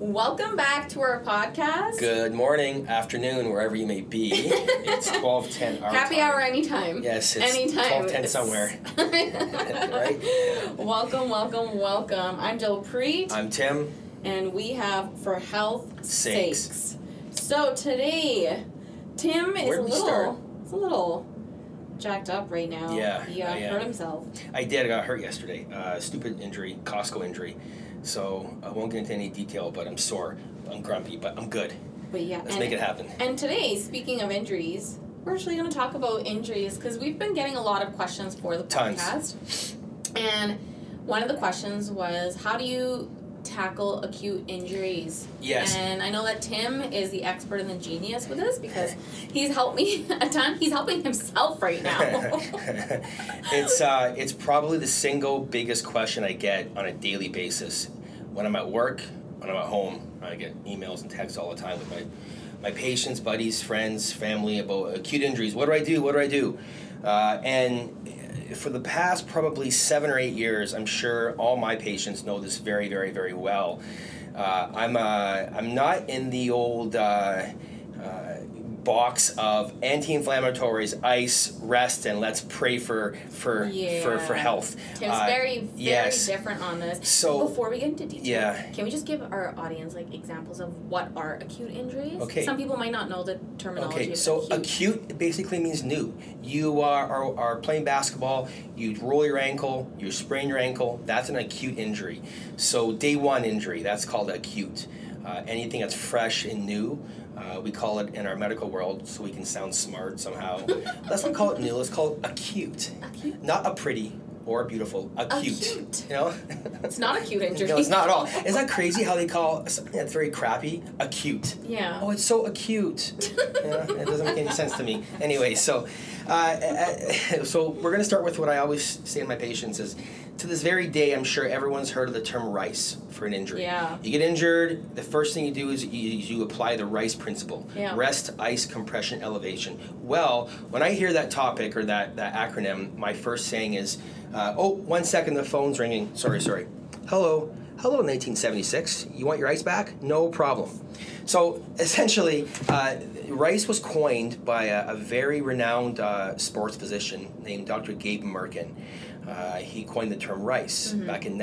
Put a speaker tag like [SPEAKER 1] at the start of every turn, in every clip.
[SPEAKER 1] Welcome back to our podcast.
[SPEAKER 2] Good morning, afternoon, wherever you may be. It's twelve ten.
[SPEAKER 1] Happy hour anytime.
[SPEAKER 2] Yes, it's
[SPEAKER 1] Anytime.
[SPEAKER 2] twelve ten
[SPEAKER 1] It's-
[SPEAKER 2] somewhere.
[SPEAKER 1] right? Welcome, welcome, welcome. I'm Jill Preet,
[SPEAKER 2] I'm Tim.
[SPEAKER 1] and we have for health
[SPEAKER 2] Sakes.
[SPEAKER 1] sakes. So today, Tim is
[SPEAKER 2] Where'd
[SPEAKER 1] a
[SPEAKER 2] we
[SPEAKER 1] little,
[SPEAKER 2] start?
[SPEAKER 1] he's a little jacked up right now.
[SPEAKER 2] Yeah,
[SPEAKER 1] he
[SPEAKER 2] I
[SPEAKER 1] uh,
[SPEAKER 2] am.
[SPEAKER 1] hurt himself.
[SPEAKER 2] I did. I got hurt yesterday. Uh, stupid injury, Costco injury. So I won't get into any detail, but I'm sore. I'm grumpy, but I'm good.
[SPEAKER 1] But yeah,
[SPEAKER 2] Let's
[SPEAKER 1] and,
[SPEAKER 2] make it happen.
[SPEAKER 1] and today, speaking of injuries, we're actually going to talk about injuries because we've been getting a lot of questions for the
[SPEAKER 2] Tons.
[SPEAKER 1] podcast. And one of the questions was, how do you tackle acute injuries?
[SPEAKER 2] Yes.
[SPEAKER 1] And I know that Tim is the expert and the genius with this because he's helped me a ton. He's helping himself right now.
[SPEAKER 2] it's uh, it's probably the single biggest question I get on a daily basis when I'm at work, when I'm at home. I get emails and texts all the time with my my patients, buddies, friends, family about acute injuries. What do I do? What do I do? Uh, and for the past probably seven or eight years, I'm sure all my patients know this very, very, very well. Uh, I'm uh, I'm not in the old. Uh, uh, box of anti-inflammatories, ice, rest, and let's pray for for for, for
[SPEAKER 1] Yeah.
[SPEAKER 2] health.
[SPEAKER 1] Tim's
[SPEAKER 2] Uh,
[SPEAKER 1] very, very
[SPEAKER 2] yes.
[SPEAKER 1] different on this.
[SPEAKER 2] So-
[SPEAKER 1] before we get into detail,
[SPEAKER 2] Yeah.
[SPEAKER 1] can we just give our audience like examples of what are acute injuries?
[SPEAKER 2] Okay.
[SPEAKER 1] Some people might not know the terminology.
[SPEAKER 2] Okay,
[SPEAKER 1] of
[SPEAKER 2] so
[SPEAKER 1] acute.
[SPEAKER 2] basically means new. You are, are, are playing basketball, you roll your ankle, you sprain your ankle, that's an acute injury. So, day one injury, that's called acute. Uh, anything that's fresh and new, uh, we call it in our medical world so we can sound smart somehow. let's not call it new, let's call it acute.
[SPEAKER 1] Acute.
[SPEAKER 2] Not a pretty or beautiful, acute.
[SPEAKER 1] Acute.
[SPEAKER 2] You know?
[SPEAKER 1] It's not acute injury.
[SPEAKER 2] no, it's not at all. Isn't that crazy how they call something that's very crappy acute?
[SPEAKER 1] Yeah.
[SPEAKER 2] Oh, it's so acute. yeah, it doesn't make any sense to me. Anyway, so uh, uh, so we're going to start with what I always say to my patients is to this very day, I'm sure everyone's heard of the term rice for an injury.
[SPEAKER 1] Yeah.
[SPEAKER 2] You get injured, the first thing you do is you, you apply the rice principle
[SPEAKER 1] Yeah.
[SPEAKER 2] rest, ice, compression, elevation. Well, when I hear that topic or that, that acronym, my first saying is uh, oh, one second, the phone's ringing. Sorry, sorry. Hello. Hello, 1976. You want your ice back? No problem. So essentially, uh, rice was coined by a, a very renowned uh, sports physician named Dr. Gabe Merkin. Uh, he coined the term rice back in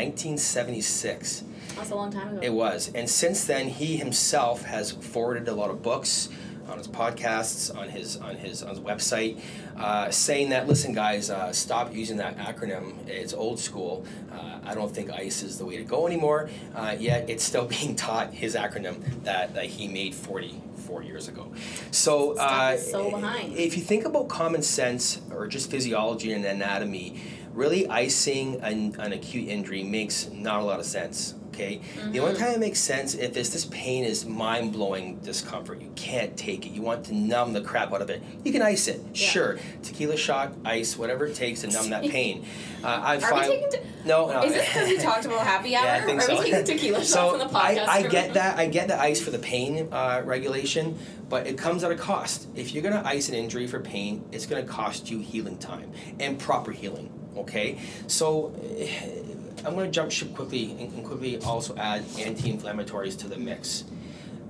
[SPEAKER 2] 1976.
[SPEAKER 1] That's a long time ago.
[SPEAKER 2] It was. And since then, he himself has forwarded a lot of books on his podcasts, on his on his on his website, uh, saying that listen, guys, uh, stop using that acronym. It's old school. Uh, I don't think ICE is the way to go anymore. Uh, yet it's still being taught his acronym that, that he made 44 years ago. So,
[SPEAKER 1] Stuff
[SPEAKER 2] uh,
[SPEAKER 1] is so behind.
[SPEAKER 2] if you think about common sense or just physiology and anatomy, really icing an, an acute injury makes not a lot of sense. Okay, the
[SPEAKER 1] Mm-hmm.
[SPEAKER 2] only time it makes sense if this this pain is mind blowing discomfort. You can't take it. You want to numb the crap out of it. You can ice it,
[SPEAKER 1] Yeah.
[SPEAKER 2] sure. Tequila shot, ice, whatever it takes to numb that pain. Uh, I
[SPEAKER 1] Are we
[SPEAKER 2] find
[SPEAKER 1] taking te-
[SPEAKER 2] no, no.
[SPEAKER 1] Is this because we talked about happy hour?
[SPEAKER 2] Oh, Yeah, I think
[SPEAKER 1] Are
[SPEAKER 2] so.
[SPEAKER 1] we taking tequila shots
[SPEAKER 2] so
[SPEAKER 1] on the podcast?
[SPEAKER 2] I, I
[SPEAKER 1] room?
[SPEAKER 2] get that. I get the ice for the pain uh, regulation, but it comes at a cost. If you're gonna ice an injury for pain, it's gonna cost you healing time and proper healing. Okay, so eh, I'm gonna jump ship quickly and, and quickly also add anti-inflammatories to the mix.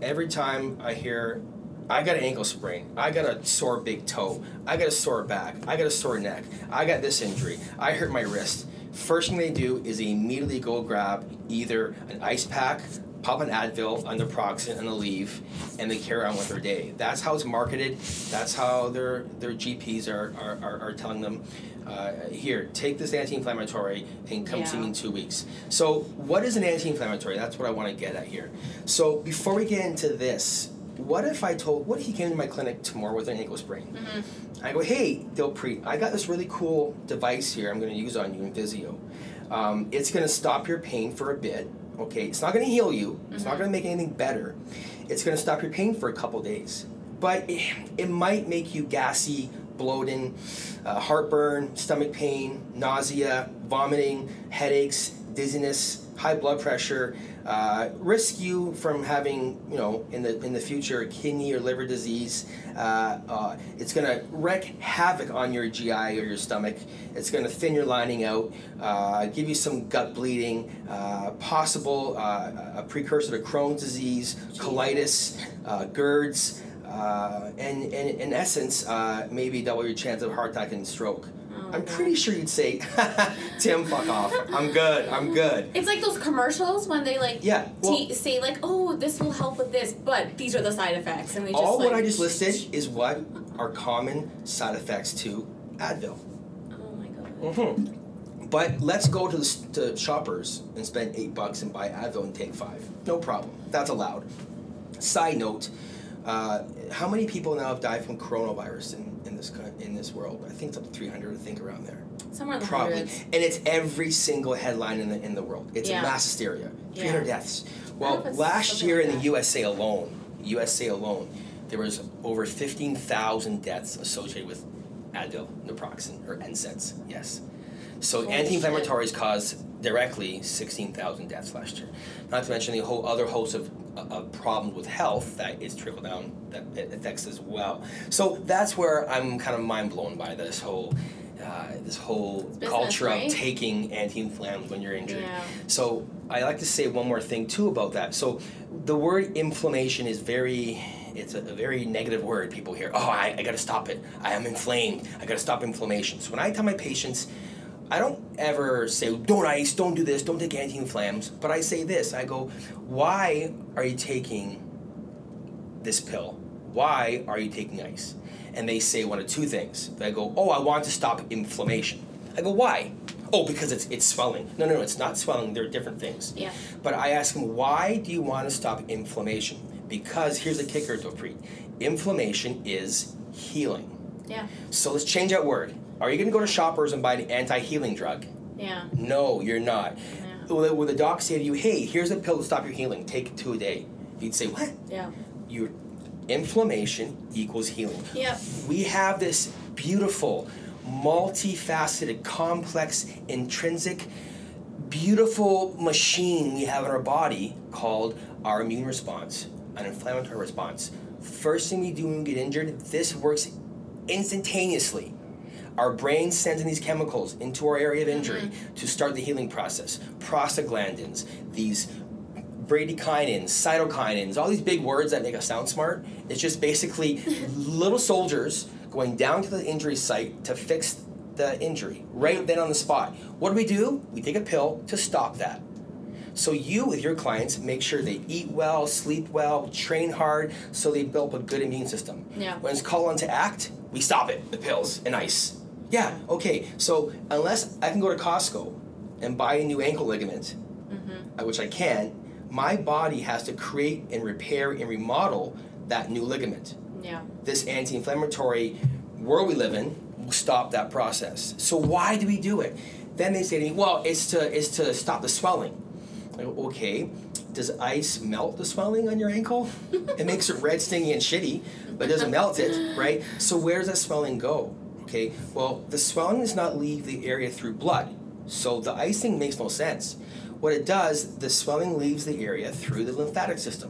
[SPEAKER 2] Every time I hear. I got an ankle sprain. I got a sore big toe. I got a sore back. I got a sore neck. I got this injury. I hurt my wrist. First thing they do is they immediately go grab either an ice pack, pop an Advil, a naproxen, and a leave, and they carry on with their day. That's how it's marketed. That's how their their GPs are are, are, are telling them, uh, here, take this anti-inflammatory and come see me
[SPEAKER 1] Yeah.
[SPEAKER 2] in two weeks. So what is an anti-inflammatory? That's what I want to get at here. So before we get into this, what if I told what if he came to my clinic tomorrow with an ankle sprain? I go, hey, Dilpreet, I got this really cool device here I'm going to use on you in Visio. Um, it's going to stop your pain for a bit. Okay, it's not going to heal you. It's not going to make anything better. It's going to stop your pain for a couple days, but it, it might make you gassy, bloating, uh, heartburn, stomach pain, nausea, vomiting, headaches, dizziness, high blood pressure, uh, risk you from having, you know, in the in the future, kidney or liver disease. Uh, uh, it's going to wreak havoc on your GI or your stomach. It's going to thin your lining out, uh, give you some gut bleeding, uh, possible uh, a precursor to Crohn's disease, colitis, uh, GERDs, uh, and, and in essence, uh, maybe double your chance of heart attack and stroke.
[SPEAKER 1] Oh,
[SPEAKER 2] I'm
[SPEAKER 1] God.
[SPEAKER 2] pretty sure you'd say, Tim, fuck off. I'm good. I'm good.
[SPEAKER 1] It's like those commercials when they like
[SPEAKER 2] Yeah. Well,
[SPEAKER 1] te- say like, "Oh, this will help with this," but these are the side effects, and we just
[SPEAKER 2] all
[SPEAKER 1] like,
[SPEAKER 2] what I just listed is what are common side effects to Advil.
[SPEAKER 1] Oh my god.
[SPEAKER 2] Mm-hmm. But let's go to the s- to shoppers and spend eight bucks and buy Advil and take five. No problem. That's allowed. Side note: uh, How many people now have died from coronavirus in, in this coun- in this world? I think it's up to three hundred. I think around there.
[SPEAKER 1] Somewhere in the
[SPEAKER 2] Probably.
[SPEAKER 1] hundreds.
[SPEAKER 2] And it's every single headline in the in the world. It's
[SPEAKER 1] Yeah.
[SPEAKER 2] a mass hysteria.
[SPEAKER 1] Yeah.
[SPEAKER 2] 300 deaths.
[SPEAKER 1] wonder
[SPEAKER 2] Well,
[SPEAKER 1] if it's
[SPEAKER 2] last
[SPEAKER 1] something
[SPEAKER 2] year
[SPEAKER 1] like
[SPEAKER 2] in the
[SPEAKER 1] that.
[SPEAKER 2] USA alone, USA alone, there was over 15,000 deaths associated with Advil, naproxen, or NSAIDs. Yes. So
[SPEAKER 1] Holy
[SPEAKER 2] anti-inflammatories caused directly 16,000 deaths last year. Not to mention the whole other host of uh, problems with health that is trickle down that it affects as well. So that's where I'm kind of mind blown by this whole uh, this whole
[SPEAKER 1] business,
[SPEAKER 2] culture
[SPEAKER 1] right?
[SPEAKER 2] of taking anti-inflammatories when you're injured.
[SPEAKER 1] Yeah.
[SPEAKER 2] So I like to say one more thing too about that. So the word inflammation is very it's a, a very negative word people hear. Oh, I, I gotta stop it. I am inflamed. I gotta stop inflammation. So when I tell my patients, I don't ever say, don't ice, don't do this, don't take anti inflams, but I say this I go, why are you taking this pill? Why are you taking ice? And they say one of two things. They go, oh, I want to stop inflammation. I go, why? Oh, because it's, it's swelling. No, no, no, it's not swelling. They're different things.
[SPEAKER 1] Yeah.
[SPEAKER 2] But I ask them, why do you want to stop inflammation? Because here's the kicker, Dopreet inflammation is healing.
[SPEAKER 1] Yeah.
[SPEAKER 2] So let's change that word. Are you going to go to shoppers and buy an anti healing drug?
[SPEAKER 1] Yeah.
[SPEAKER 2] No, you're not.
[SPEAKER 1] Yeah.
[SPEAKER 2] Will the, will the doc say to you, hey, here's a pill to stop your healing, take two a day? You'd say, what?
[SPEAKER 1] Yeah.
[SPEAKER 2] Your inflammation equals healing.
[SPEAKER 1] Yep.
[SPEAKER 2] We have this beautiful, multifaceted, complex, intrinsic, beautiful machine we have in our body called our immune response, an inflammatory response. First thing we do when we get injured, this works instantaneously. Our brain sends in these chemicals into our area of injury to start the healing process. Prostaglandins, these bradykinins, cytokinins, all these big words that make us sound smart. It's just basically little soldiers going down to the injury site to fix the injury right then on the spot. What do we do? We take a pill to stop that. So you with your clients make sure they eat well, sleep well, train hard, so they build up a good immune system.
[SPEAKER 1] Yeah.
[SPEAKER 2] When it's called on to act, we stop it. The pills and ice. Yeah. Okay. So unless I can go to Costco and buy a new ankle ligament, uh, which I can, my body has to create and repair and remodel that new ligament.
[SPEAKER 1] Yeah.
[SPEAKER 2] This anti inflammatory world we live in will stop that process. So, why do we do it? Then they say to me, well, it's to, it's to stop the swelling. I go, okay, does ice melt the swelling on your ankle? it makes it red, stingy, and shitty, but it doesn't melt it, right? So, where does that swelling go? Okay, well, the swelling does not leave the area through blood, so the icing makes no sense. What it does, the swelling leaves the area through the lymphatic system,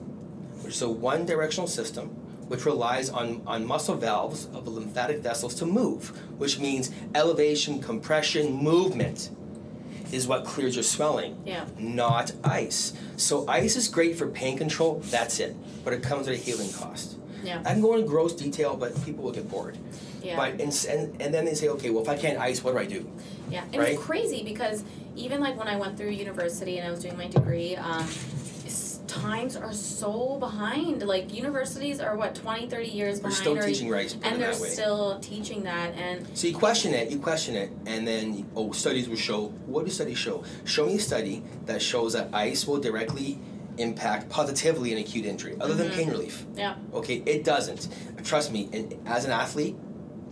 [SPEAKER 2] which is a one directional system which relies on, on muscle valves of the lymphatic vessels to move, which means elevation, compression, movement is what clears your swelling
[SPEAKER 1] Yeah.
[SPEAKER 2] not ice. So ice is great for pain control, that's it. But it comes at a healing cost.
[SPEAKER 1] Yeah.
[SPEAKER 2] I can go into gross detail, but people will get bored.
[SPEAKER 1] Yeah.
[SPEAKER 2] But and, s- and, and then they say, okay, well, if I can't ice, what do I do?
[SPEAKER 1] Yeah, and
[SPEAKER 2] Right?
[SPEAKER 1] it's crazy because even like when I went through university and I was doing my degree, um, s- times are so behind. Like universities are what 20, 30 years
[SPEAKER 2] We're
[SPEAKER 1] behind,
[SPEAKER 2] still
[SPEAKER 1] or-
[SPEAKER 2] teaching rice put it
[SPEAKER 1] and they're
[SPEAKER 2] that way.
[SPEAKER 1] still teaching that. And
[SPEAKER 2] so you question it, you question it, and then oh, studies will show. What do studies show? Show me a study that shows that ice will directly impact positively an acute injury, other
[SPEAKER 1] Mm-hmm.
[SPEAKER 2] than pain relief.
[SPEAKER 1] yeah,
[SPEAKER 2] Okay, it doesn't. Trust me, and as an athlete,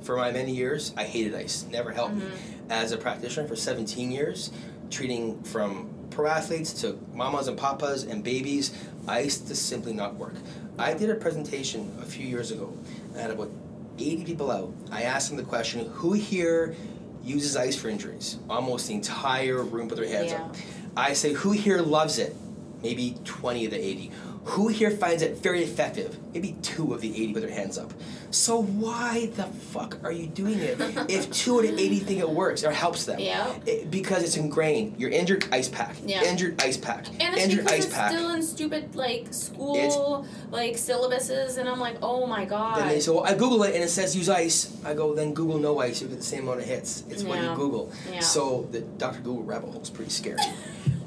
[SPEAKER 2] for my many years, I hated ice. Never helped me. As a practitioner for 17 years, treating from pro athletes to mamas and papas and babies, ice does simply not work. I did a presentation a few years ago. I had about 80 people out. I asked them the question, who here uses ice for injuries? Almost the entire room put their hands up. I say, who here loves it? maybe 20 of the 80. Who here finds it very effective? Maybe two of the 80 with their hands up. So why the fuck are you doing it if two of the 80 think it works or helps them?
[SPEAKER 1] Yeah.
[SPEAKER 2] It- because it's ingrained. You're injured, ice pack.
[SPEAKER 1] Yeah.
[SPEAKER 2] Injured, ice pack.
[SPEAKER 1] And it's
[SPEAKER 2] injured,
[SPEAKER 1] because
[SPEAKER 2] ice
[SPEAKER 1] it's
[SPEAKER 2] pack.
[SPEAKER 1] still in stupid like school like syllabuses, and I'm like, oh my god.
[SPEAKER 2] Then they say, well, I Google it and it says use ice. I go, then Google no ice. You get the same amount of hits. It's what you
[SPEAKER 1] Yeah.
[SPEAKER 2] Google.
[SPEAKER 1] yeah.
[SPEAKER 2] So the Dr. Google rabbit hole is pretty scary.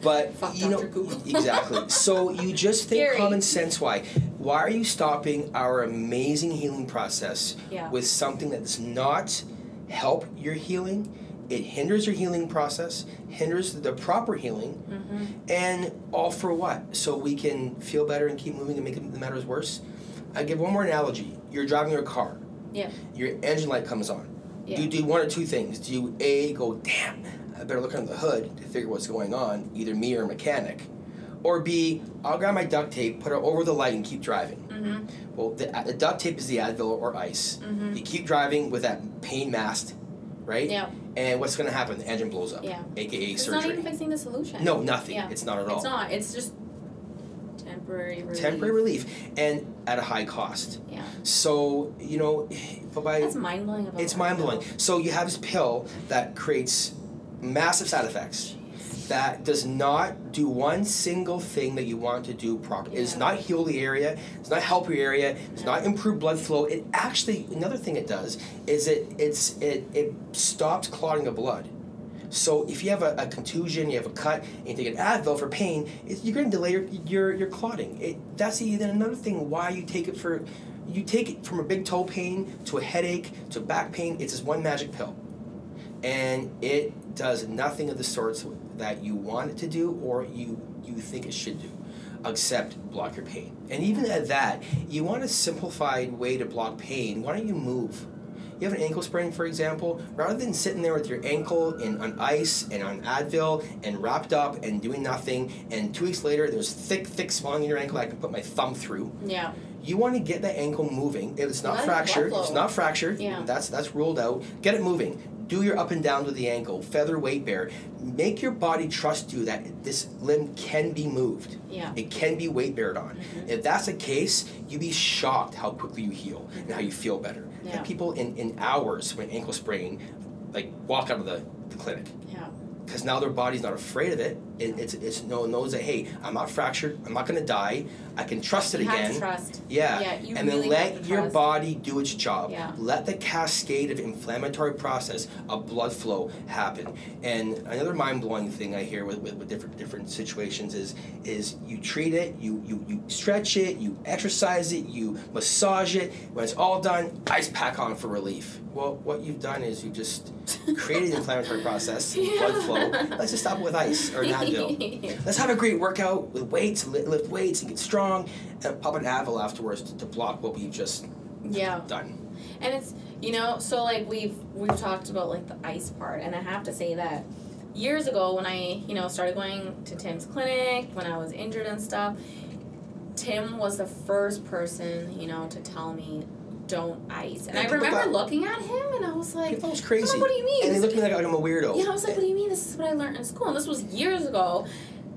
[SPEAKER 2] But
[SPEAKER 1] Fuck
[SPEAKER 2] you know
[SPEAKER 1] Dr. Google.
[SPEAKER 2] exactly. So you just think
[SPEAKER 1] Scary.
[SPEAKER 2] common sense. Why? Why are you stopping our amazing healing process
[SPEAKER 1] yeah.
[SPEAKER 2] with something that does not help your healing? It hinders your healing process, hinders the proper healing,
[SPEAKER 1] Mm-hmm.
[SPEAKER 2] and all for what? So we can feel better and keep moving and make the matters worse. I give one more analogy. You're driving your car.
[SPEAKER 1] Yeah.
[SPEAKER 2] Your engine light comes on.
[SPEAKER 1] Yeah.
[SPEAKER 2] Do you do one or two things? Do you a go damn? I better look under the hood to figure what's going on, either me or a mechanic, or b I'll grab my duct tape, put it over the light, and keep driving.
[SPEAKER 1] Mm-hmm.
[SPEAKER 2] Well, the, the duct tape is the Advil or ice.
[SPEAKER 1] Mm-hmm.
[SPEAKER 2] You keep driving with that pain masked, right?
[SPEAKER 1] Yeah.
[SPEAKER 2] And what's going to happen? The engine blows up,
[SPEAKER 1] Yeah.
[SPEAKER 2] aka
[SPEAKER 1] It's not
[SPEAKER 2] surgery.
[SPEAKER 1] even fixing the solution.
[SPEAKER 2] no, nothing.
[SPEAKER 1] Yeah.
[SPEAKER 2] It's not at all.
[SPEAKER 1] It's not. It's just temporary. Relief.
[SPEAKER 2] Temporary relief and at a high cost.
[SPEAKER 1] Yeah.
[SPEAKER 2] So you know, but by
[SPEAKER 1] That's mind blowing. About
[SPEAKER 2] It's
[SPEAKER 1] that,
[SPEAKER 2] mind blowing. So you have this pill that creates massive side effects that does not do one single thing that you want to do properly. It does
[SPEAKER 1] Yeah.
[SPEAKER 2] not heal the area, it's not help your area, it does not improve blood flow. It actually another thing it does is it it's it it stops clotting the blood. So if you have a, a contusion, you have a cut, and you take an Advil for pain, it, you're going to delay your, your your clotting. It, that's even another thing why you take it for, you take it from a big toe pain to a headache to back pain. It's this one magic pill, and it does nothing of the sorts that you want it to do or you you think it should do, except block your pain. And even at that, you want a simplified way to block pain. Why don't you move? you have an ankle sprain, for example, rather than sitting there with your ankle in on ice and on Advil and wrapped up and doing nothing, and two weeks later there's thick, thick swelling in your ankle I can put my thumb through.
[SPEAKER 1] Yeah.
[SPEAKER 2] You want to get that ankle moving. If it's not
[SPEAKER 1] Blood
[SPEAKER 2] fractured,
[SPEAKER 1] flow.
[SPEAKER 2] it's not fractured.
[SPEAKER 1] Yeah.
[SPEAKER 2] That's that's ruled out. Get it moving. Do your up and down with the ankle, feather weight bear. Make your body trust you that this limb can be moved.
[SPEAKER 1] Yeah.
[SPEAKER 2] It can be weight bared on.
[SPEAKER 1] Mhm.
[SPEAKER 2] If that's the case, you'd be shocked how quickly you heal and how you feel better.
[SPEAKER 1] Yeah.
[SPEAKER 2] And people in, in hours from an ankle sprain, like walk out of the, the clinic
[SPEAKER 1] Yeah.
[SPEAKER 2] because now their body's not afraid of it. it it's it's no knows that hey, I'm not fractured. I'm not gonna die. I can trust it
[SPEAKER 1] you
[SPEAKER 2] again.
[SPEAKER 1] have to trust.
[SPEAKER 2] Yeah.
[SPEAKER 1] Yeah, you
[SPEAKER 2] and then
[SPEAKER 1] really
[SPEAKER 2] let
[SPEAKER 1] have to
[SPEAKER 2] your
[SPEAKER 1] trust.
[SPEAKER 2] body do its job.
[SPEAKER 1] Yeah.
[SPEAKER 2] Let the cascade of inflammatory process of blood flow happen. And another mind blowing thing I hear with, with, with different different situations is is you treat it, you, you you stretch it, you exercise it, you massage it. When it's all done, ice pack on for relief. Well, what you've done is you just created the inflammatory process, blood flow. Let's just stop with ice or an Advil. Let's have a great workout with weights, li- lift weights, and get strong, and pop an Advil afterwards to, to block what we've just
[SPEAKER 1] yeah.
[SPEAKER 2] done.
[SPEAKER 1] And it's you know so like we've we've talked about like the ice part, and I have to say that years ago when I you know started going to Tim's clinic when I was injured and stuff, Tim was the first person you know to tell me don't ice, and
[SPEAKER 2] Yeah,
[SPEAKER 1] I
[SPEAKER 2] people
[SPEAKER 1] remember
[SPEAKER 2] thought-
[SPEAKER 1] looking at him and I was like,
[SPEAKER 2] People thought it was
[SPEAKER 1] "Mama,
[SPEAKER 2] crazy,
[SPEAKER 1] what do you mean?
[SPEAKER 2] and they looked at me like I'm a weirdo.
[SPEAKER 1] Yeah, I was like, what do you mean? This is what I learned in school. And this was years ago.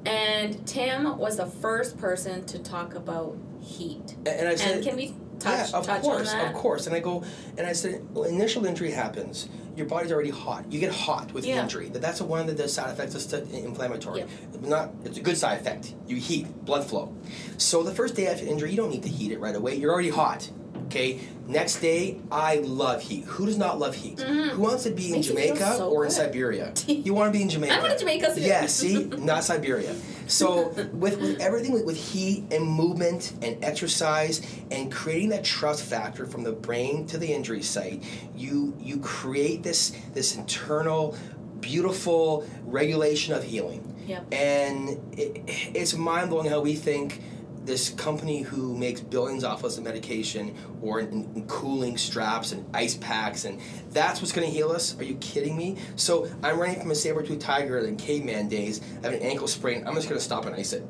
[SPEAKER 1] And Tim was the first person to talk about heat.
[SPEAKER 2] and, and I said,
[SPEAKER 1] And can we touch
[SPEAKER 2] yeah, of
[SPEAKER 1] touch
[SPEAKER 2] course,
[SPEAKER 1] on that?
[SPEAKER 2] of course. And I go, and I said, well, initial injury happens. Your body's already hot. You get hot with
[SPEAKER 1] Yeah.
[SPEAKER 2] injury. That that's one of the side effects of st- inflammatory.
[SPEAKER 1] Yeah.
[SPEAKER 2] Not it's a good side effect. You heat blood flow. So the first day after injury, you don't need to heat it right away. You're already hot. Okay. Next day, I love heat. Who does not love heat?
[SPEAKER 1] Mhm.
[SPEAKER 2] Who wants to be in
[SPEAKER 1] Makes you feel
[SPEAKER 2] Jamaica
[SPEAKER 1] so
[SPEAKER 2] or in
[SPEAKER 1] good.
[SPEAKER 2] Siberia? You want to be in Jamaica.
[SPEAKER 1] I want to Jamaica soon.
[SPEAKER 2] Yeah, see, not Siberia. So with, with everything with, with heat and movement and exercise and creating that trust factor from the brain to the injury site, you you create this this internal beautiful regulation of healing.
[SPEAKER 1] Yep.
[SPEAKER 2] And it, it's mind blowing how we think this company who makes billions off us of medication or in, in cooling straps and ice packs and that's what's going to heal us? Are you kidding me? So I'm running from a saber-toothed tiger in caveman days. I have an ankle sprain. I'm just going to stop and ice it.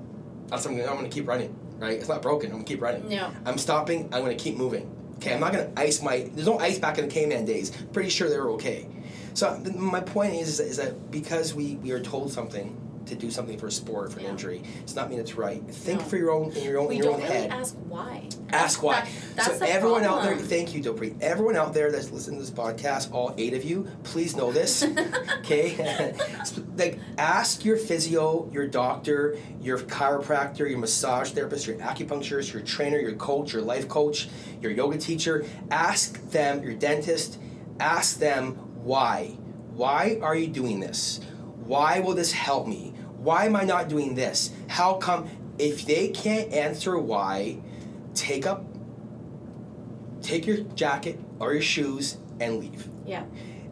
[SPEAKER 2] That's what I'm going to keep running, right? It's not broken. I'm going to keep running.
[SPEAKER 1] No.
[SPEAKER 2] I'm stopping. I'm going to keep moving. Okay, I'm not going to ice my. There's no ice back in the caveman days. Pretty sure they were okay. So th- my point is, is that because we, we are told something to do something for a sport for an
[SPEAKER 1] Yeah.
[SPEAKER 2] injury. It's not mean it's right. Think
[SPEAKER 1] No.
[SPEAKER 2] for your own in your own
[SPEAKER 1] we
[SPEAKER 2] in your
[SPEAKER 1] don't
[SPEAKER 2] own
[SPEAKER 1] really
[SPEAKER 2] head.
[SPEAKER 1] ask why.
[SPEAKER 2] Ask why.
[SPEAKER 1] That- that's
[SPEAKER 2] so
[SPEAKER 1] the
[SPEAKER 2] everyone out there,
[SPEAKER 1] problem.
[SPEAKER 2] thank you, Dopri. Everyone out there that's listening to this podcast, all eight of you, please know this. Okay, like ask your physio, your doctor, your chiropractor, your massage therapist, your acupuncturist, your trainer, your coach, your life coach, your yoga teacher. Ask them, your dentist. Ask them why. Why are you doing this? Why will this help me? Why am I not doing this? How come? If they can't answer why, take up, take your jacket or your shoes and leave.
[SPEAKER 1] yeah.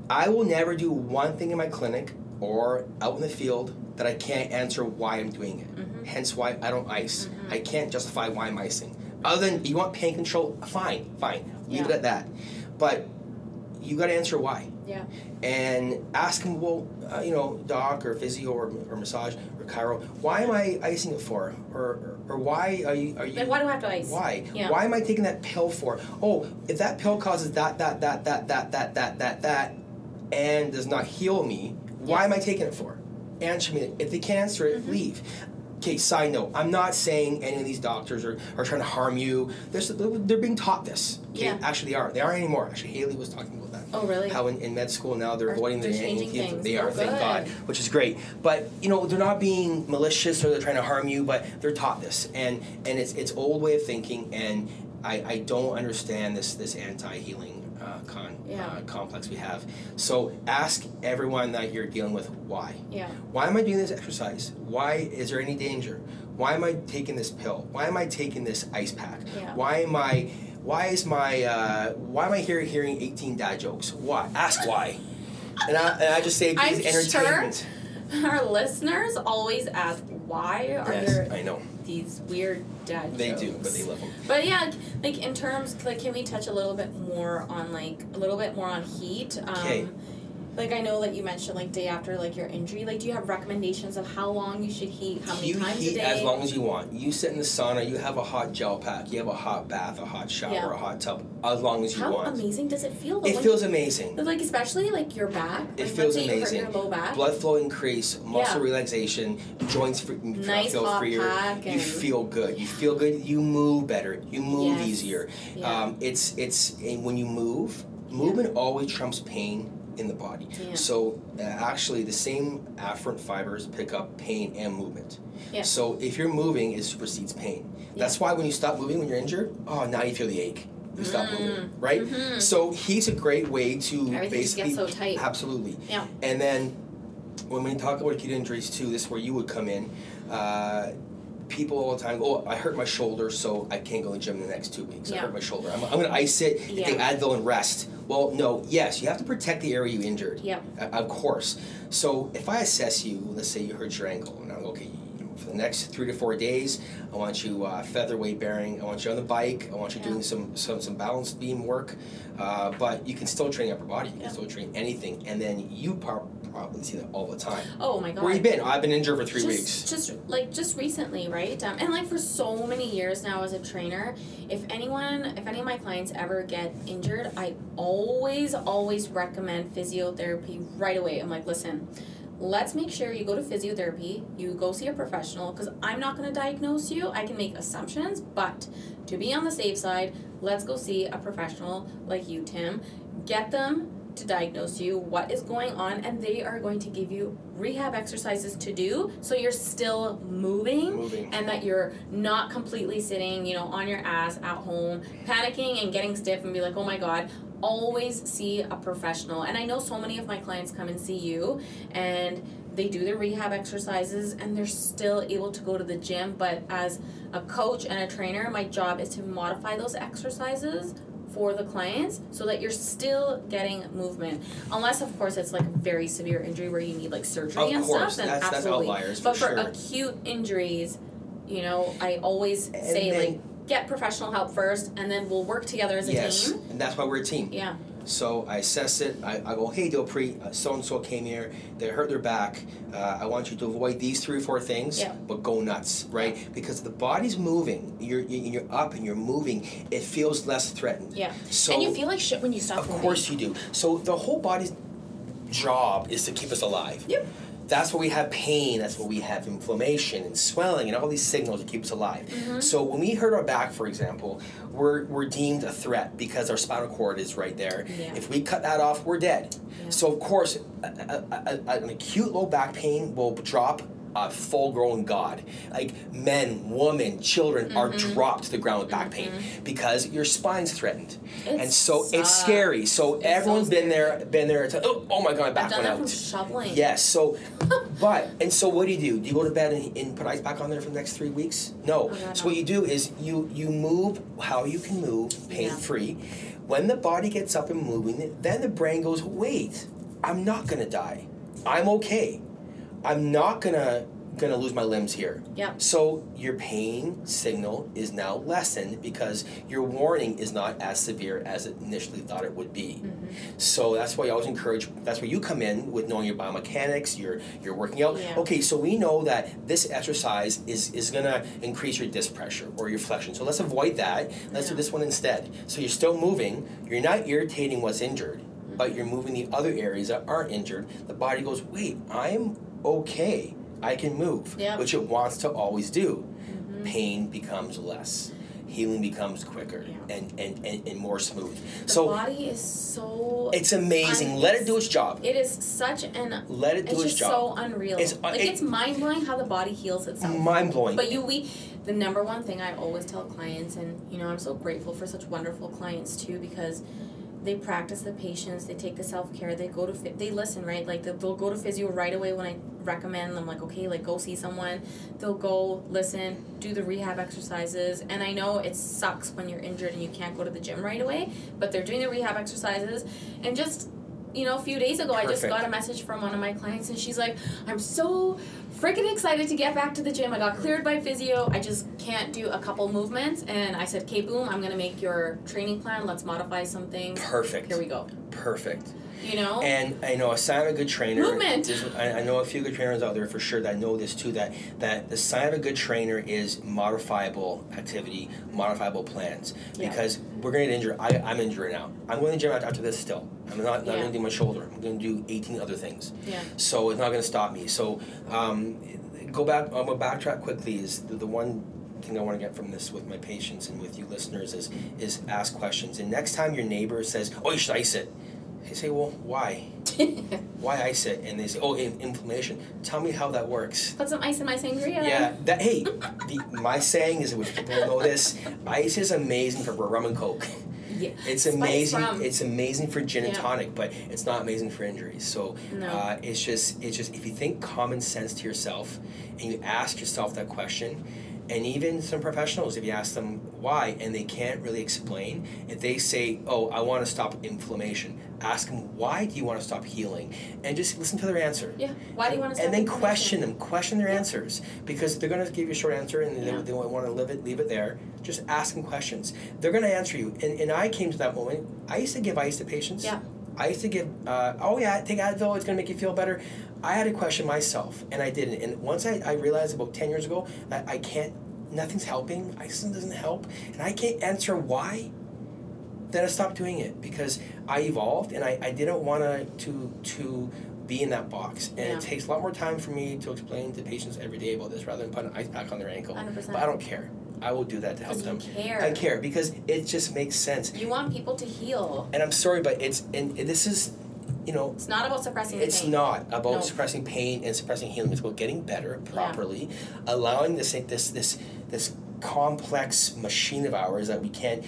[SPEAKER 2] I will never do one thing in my clinic or out in the field that I can't answer why I'm doing it.
[SPEAKER 1] Mhm.
[SPEAKER 2] Hence why I don't ice.
[SPEAKER 1] Mhm.
[SPEAKER 2] I can't justify why I'm icing. Other than you want pain control, fine, fine. Leave it
[SPEAKER 1] Yeah.
[SPEAKER 2] at that. But you got to answer why.
[SPEAKER 1] Yeah.
[SPEAKER 2] And ask him, well, uh, you know, doc or physio or, or massage or chiro, why am I icing it for? Or, or, or why are you are you
[SPEAKER 1] Like why do I have to ice?
[SPEAKER 2] why?
[SPEAKER 1] Yeah.
[SPEAKER 2] Why am I taking that pill for? Oh, if that pill causes that, that, that, that, that, that, that, that, that, and does not heal me, why
[SPEAKER 1] Yeah.
[SPEAKER 2] am I taking it for? Answer me. If they can't answer it,
[SPEAKER 1] Mhm.
[SPEAKER 2] leave. Okay, side note. I'm not saying any of these doctors are, are trying to harm you. They're, s- they're being taught this. Okay?
[SPEAKER 1] Yeah.
[SPEAKER 2] Actually, they are. They aren't anymore. Actually, Haley was talking about that
[SPEAKER 1] Oh really?
[SPEAKER 2] how in, in med school now they're
[SPEAKER 1] Are-
[SPEAKER 2] avoiding
[SPEAKER 1] they're
[SPEAKER 2] the
[SPEAKER 1] changing
[SPEAKER 2] anything
[SPEAKER 1] things.
[SPEAKER 2] they are,
[SPEAKER 1] Oh,
[SPEAKER 2] thank
[SPEAKER 1] good.
[SPEAKER 2] God, which is great. But you know, they're not being malicious or they're trying to harm you, but they're taught this, and and it's it's old way of thinking, and I, I don't understand this this anti healing uh, con
[SPEAKER 1] Yeah.
[SPEAKER 2] uh, complex we have. So ask everyone that you're dealing with why.
[SPEAKER 1] yeah.
[SPEAKER 2] Why am I doing this exercise? Why is there any danger? Why am I taking this pill? Why am I taking this ice pack?
[SPEAKER 1] Yeah.
[SPEAKER 2] Why am I? Why is my? Uh, why am I here hearing eighteen dad jokes? Why? Ask why. And I, and I just say
[SPEAKER 1] I'm
[SPEAKER 2] because it's
[SPEAKER 1] sure
[SPEAKER 2] entertainment.
[SPEAKER 1] Our listeners always ask why are
[SPEAKER 2] Yes,
[SPEAKER 1] there
[SPEAKER 2] I know
[SPEAKER 1] these weird dad
[SPEAKER 2] they
[SPEAKER 1] jokes?
[SPEAKER 2] do, but they love them.
[SPEAKER 1] But yeah, like in terms, like can we touch a little bit more on like a little bit more on heat? Um,
[SPEAKER 2] Okay.
[SPEAKER 1] Like I know that you mentioned like day after like your injury. Like, do you have recommendations of how long you should heat, how many
[SPEAKER 2] you
[SPEAKER 1] times
[SPEAKER 2] heat
[SPEAKER 1] a day?
[SPEAKER 2] as long as you want. You sit in the sauna. You have a hot gel pack. You have a hot bath, a hot shower,
[SPEAKER 1] Yeah.
[SPEAKER 2] a hot tub. As long as you
[SPEAKER 1] how
[SPEAKER 2] want.
[SPEAKER 1] amazing does it feel? though,
[SPEAKER 2] It
[SPEAKER 1] when
[SPEAKER 2] feels amazing.
[SPEAKER 1] you- like especially like your back.
[SPEAKER 2] It
[SPEAKER 1] like, let's
[SPEAKER 2] feels
[SPEAKER 1] say you hurt
[SPEAKER 2] amazing.
[SPEAKER 1] Your low back.
[SPEAKER 2] Blood flow increase, muscle
[SPEAKER 1] Yeah.
[SPEAKER 2] relaxation, joints free,
[SPEAKER 1] nice
[SPEAKER 2] feel
[SPEAKER 1] hot
[SPEAKER 2] freer.
[SPEAKER 1] pack
[SPEAKER 2] you
[SPEAKER 1] and
[SPEAKER 2] feel good. You feel good. You move better. You move
[SPEAKER 1] Yes.
[SPEAKER 2] easier.
[SPEAKER 1] yeah,
[SPEAKER 2] Um, it's it's and when you move, movement always trumps pain in the body.
[SPEAKER 1] yeah.
[SPEAKER 2] So uh, actually, the same afferent fibers pick up pain and movement.
[SPEAKER 1] Yeah.
[SPEAKER 2] So if you're moving, it supersedes pain. That's why when you stop moving when you're injured, oh now you feel the ache. You stop moving, right?
[SPEAKER 1] Mhm.
[SPEAKER 2] So he's a great way to
[SPEAKER 1] Everything just
[SPEAKER 2] basically
[SPEAKER 1] gets so tight.
[SPEAKER 2] Absolutely.
[SPEAKER 1] Yeah.
[SPEAKER 2] And then when we talk about acute injuries too, this is where you would come in. Uh, people all the time, oh, I hurt my shoulder, so I can't go to the gym in the next two weeks. I
[SPEAKER 1] Yeah.
[SPEAKER 2] hurt my shoulder. I'm, I'm going to ice it, and take Advil and rest. Well, no, yes, you have to protect the area you injured.
[SPEAKER 1] Yep.
[SPEAKER 2] Uh, of course. So if I assess you, let's say you hurt your ankle, and I'm okay. you know, For the next three to four days, I want you uh, featherweight bearing. I want you on the bike. I want you
[SPEAKER 1] Yeah.
[SPEAKER 2] doing some some some balance beam work. Uh, but you can still train upper body. You
[SPEAKER 1] Yeah.
[SPEAKER 2] can still train anything. And then you prob- probably see that all the time.
[SPEAKER 1] Oh my god.
[SPEAKER 2] Where you been? I've been injured for three
[SPEAKER 1] just,
[SPEAKER 2] weeks.
[SPEAKER 1] Just like just recently, right? Um, and like for so many years now as a trainer, if anyone, if any of my clients ever get injured, I always, always recommend physiotherapy right away. I'm like, listen, let's make sure you go to physiotherapy, you go see a professional, because I'm not going to diagnose you. I can make assumptions, but to be on the safe side, let's go see a professional like you, Tim. Get them to diagnose you what is going on and they are going to give you rehab exercises to do so you're still moving
[SPEAKER 2] Moving.
[SPEAKER 1] and that you're not completely sitting you know on your ass at home panicking and getting stiff and be like oh my god always see a professional and i know so many of my clients come and see you and they do their rehab exercises and they're still able to go to the gym but as a coach and a trainer my job is to modify those exercises for the clients so that you're still getting movement unless of course it's like a very severe injury where you need like surgery
[SPEAKER 2] Of
[SPEAKER 1] and
[SPEAKER 2] course,
[SPEAKER 1] stuff then
[SPEAKER 2] that's that's
[SPEAKER 1] absolutely
[SPEAKER 2] outliers
[SPEAKER 1] but for
[SPEAKER 2] sure.
[SPEAKER 1] acute injuries you know i always
[SPEAKER 2] And
[SPEAKER 1] say
[SPEAKER 2] then-
[SPEAKER 1] like get professional help first and then we'll work together as a
[SPEAKER 2] yes,
[SPEAKER 1] team
[SPEAKER 2] and that's why we're a team.
[SPEAKER 1] yeah
[SPEAKER 2] So I assess it. I, I go, hey, Dilpreet, so and so came here. They hurt their back. Uh, I want you to avoid these three or four things,
[SPEAKER 1] Yeah.
[SPEAKER 2] but go nuts, right? Because the body's moving. You're you- you're up and you're moving. It feels less threatened.
[SPEAKER 1] Yeah.
[SPEAKER 2] So
[SPEAKER 1] and you feel like shit when you stop
[SPEAKER 2] of
[SPEAKER 1] moving.
[SPEAKER 2] course you do. So the whole body's job is to keep us alive.
[SPEAKER 1] Yep.
[SPEAKER 2] that's where we have pain, that's where we have inflammation and swelling and all these signals that keep us alive.
[SPEAKER 1] Mm-hmm.
[SPEAKER 2] So when we hurt our back, for example, we're, we're deemed a threat because our spinal cord is right there.
[SPEAKER 1] Yeah.
[SPEAKER 2] If we cut that off, we're dead.
[SPEAKER 1] Yeah.
[SPEAKER 2] So of course, a, a, a, an acute low back pain will drop a full-grown god. Like men, women, children are
[SPEAKER 1] Mm-hmm.
[SPEAKER 2] dropped to the ground with back pain because your spine's threatened,
[SPEAKER 1] It
[SPEAKER 2] and so it's
[SPEAKER 1] sucks.
[SPEAKER 2] scary. So
[SPEAKER 1] It's so
[SPEAKER 2] everyone's been
[SPEAKER 1] scary.
[SPEAKER 2] there, been there. It's like, oh, oh my god, my
[SPEAKER 1] I've
[SPEAKER 2] back
[SPEAKER 1] done
[SPEAKER 2] went
[SPEAKER 1] that from
[SPEAKER 2] out.
[SPEAKER 1] shoveling.
[SPEAKER 2] Yes. So, but and so, what do you do? Do you go to bed and, and put ice back on there for the next three weeks? No.
[SPEAKER 1] Oh, God,
[SPEAKER 2] so
[SPEAKER 1] no.
[SPEAKER 2] what you do is you you move how you can move pain free. When the body gets up and moving, then the brain goes, wait, I'm not gonna die. I'm okay. I'm not gonna gonna lose my limbs here.
[SPEAKER 1] Yeah.
[SPEAKER 2] So your pain signal is now lessened because your warning is not as severe as it initially thought it would be.
[SPEAKER 1] Mm-hmm.
[SPEAKER 2] So that's why I always encourage. That's where you come in with knowing your biomechanics, your your working out.
[SPEAKER 1] Yeah.
[SPEAKER 2] Okay, so we know that this exercise is is gonna increase your disc pressure or your flexion. So let's avoid that. Let's do
[SPEAKER 1] Yeah.
[SPEAKER 2] this one instead. So you're still moving. You're not irritating what's injured,
[SPEAKER 1] Mm-hmm.
[SPEAKER 2] but you're moving the other areas that aren't injured. The body goes, wait, I'm okay. I can move,
[SPEAKER 1] Yeah. Mm-hmm.
[SPEAKER 2] which it wants to always do. Pain becomes less. Healing becomes quicker
[SPEAKER 1] Yeah.
[SPEAKER 2] and, and, and, and more smooth.
[SPEAKER 1] The
[SPEAKER 2] so
[SPEAKER 1] body is so.
[SPEAKER 2] it's amazing.
[SPEAKER 1] I'm-
[SPEAKER 2] Let it do its job.
[SPEAKER 1] it is such an.
[SPEAKER 2] Let it
[SPEAKER 1] It's
[SPEAKER 2] do its
[SPEAKER 1] just
[SPEAKER 2] job.
[SPEAKER 1] so unreal.
[SPEAKER 2] It's- uh,
[SPEAKER 1] like
[SPEAKER 2] it-
[SPEAKER 1] it's mind blowing how the body heals itself.
[SPEAKER 2] Mind blowing.
[SPEAKER 1] But you, we, the number one thing I always tell clients, and you know, I'm so grateful for such wonderful clients too, because they practice the patience, they take the self care, they go to, phy- they listen, right? Like they'll, they'll go to physio right away when I recommend them, like, okay, like go see someone. They'll go listen, do the rehab exercises, and I know it sucks when you're injured and you can't go to the gym right away, but they're doing the rehab exercises, and just. You know, a few days ago, I just
[SPEAKER 2] Perfect.
[SPEAKER 1] got a message from one of my clients, and she's like, I'm so freaking excited to get back to the gym. I got cleared by physio. I just can't do a couple movements. And I said, okay, boom, I'm going to make your training plan. Let's modify some things.
[SPEAKER 2] perfect.
[SPEAKER 1] Here we go.
[SPEAKER 2] Perfect.
[SPEAKER 1] You know?
[SPEAKER 2] And I know a sign of a good trainer.
[SPEAKER 1] Movement.
[SPEAKER 2] is- I, I know a few good trainers out there for sure that know this too. That that the sign of a good trainer is modifiable activity, modifiable plans.
[SPEAKER 1] Yeah.
[SPEAKER 2] Because we're going to get injured. I, I'm injured now. I'm going to the gym after this still. I'm not. I'm
[SPEAKER 1] Yeah.
[SPEAKER 2] going to do my shoulder. I'm going to do 18 other things.
[SPEAKER 1] yeah.
[SPEAKER 2] so it's not going to stop me. So um, go back. I'm going to backtrack quickly. Is the, the one thing I want to get from this with my patients and with you listeners is is ask questions. And next time your neighbor says, "Oh, you should ice it," they say, "Well, why? Why ice it?" And they say, "Oh, in- inflammation." Tell me how that works.
[SPEAKER 1] Put some ice in my sangria.
[SPEAKER 2] Yeah, that hey, the, my saying is which people know this. Ice is amazing for rum and coke.
[SPEAKER 1] Yeah.
[SPEAKER 2] It's
[SPEAKER 1] Spice
[SPEAKER 2] amazing.
[SPEAKER 1] rum.
[SPEAKER 2] It's amazing for gin and
[SPEAKER 1] Yeah.
[SPEAKER 2] tonic, but it's not amazing for injuries. So
[SPEAKER 1] No.
[SPEAKER 2] uh, it's just it's just if you think common sense to yourself and you ask yourself that question, and even some professionals, if you ask them why and they can't really explain, if they say, "Oh, I want to stop inflammation," ask them why do you want to stop healing, and just listen to their answer.
[SPEAKER 1] yeah. Why do you want to
[SPEAKER 2] And then question them, question their answers, because they're going to give you a short answer and
[SPEAKER 1] Yeah.
[SPEAKER 2] they, they want to live it, leave it there. Just ask them questions. They're going to answer you. And, and I came to that moment. I used to give ice to patients.
[SPEAKER 1] Yeah.
[SPEAKER 2] I used to give, uh, oh yeah, take Advil, it's going to make you feel better. I had to question myself, and I didn't. And once I, I realized about 10 years ago that I can't, nothing's helping, ice doesn't help, and I can't answer why, then I stopped doing it because I evolved and I, I didn't want to to to be in that box. And
[SPEAKER 1] Yeah.
[SPEAKER 2] it takes a lot more time for me to explain to patients every day about this rather than putting an ice pack on their ankle.
[SPEAKER 1] 100%.
[SPEAKER 2] But I don't care. I will do that to help
[SPEAKER 1] Because you
[SPEAKER 2] them.
[SPEAKER 1] care.
[SPEAKER 2] I care because it just makes sense.
[SPEAKER 1] You want people to heal.
[SPEAKER 2] And I'm sorry, but it's and this is, you know,
[SPEAKER 1] It's not about suppressing the
[SPEAKER 2] it's
[SPEAKER 1] pain.
[SPEAKER 2] not about
[SPEAKER 1] No.
[SPEAKER 2] suppressing pain and suppressing healing. It's about getting better properly, allowing this this this this complex machine of ours that we can't.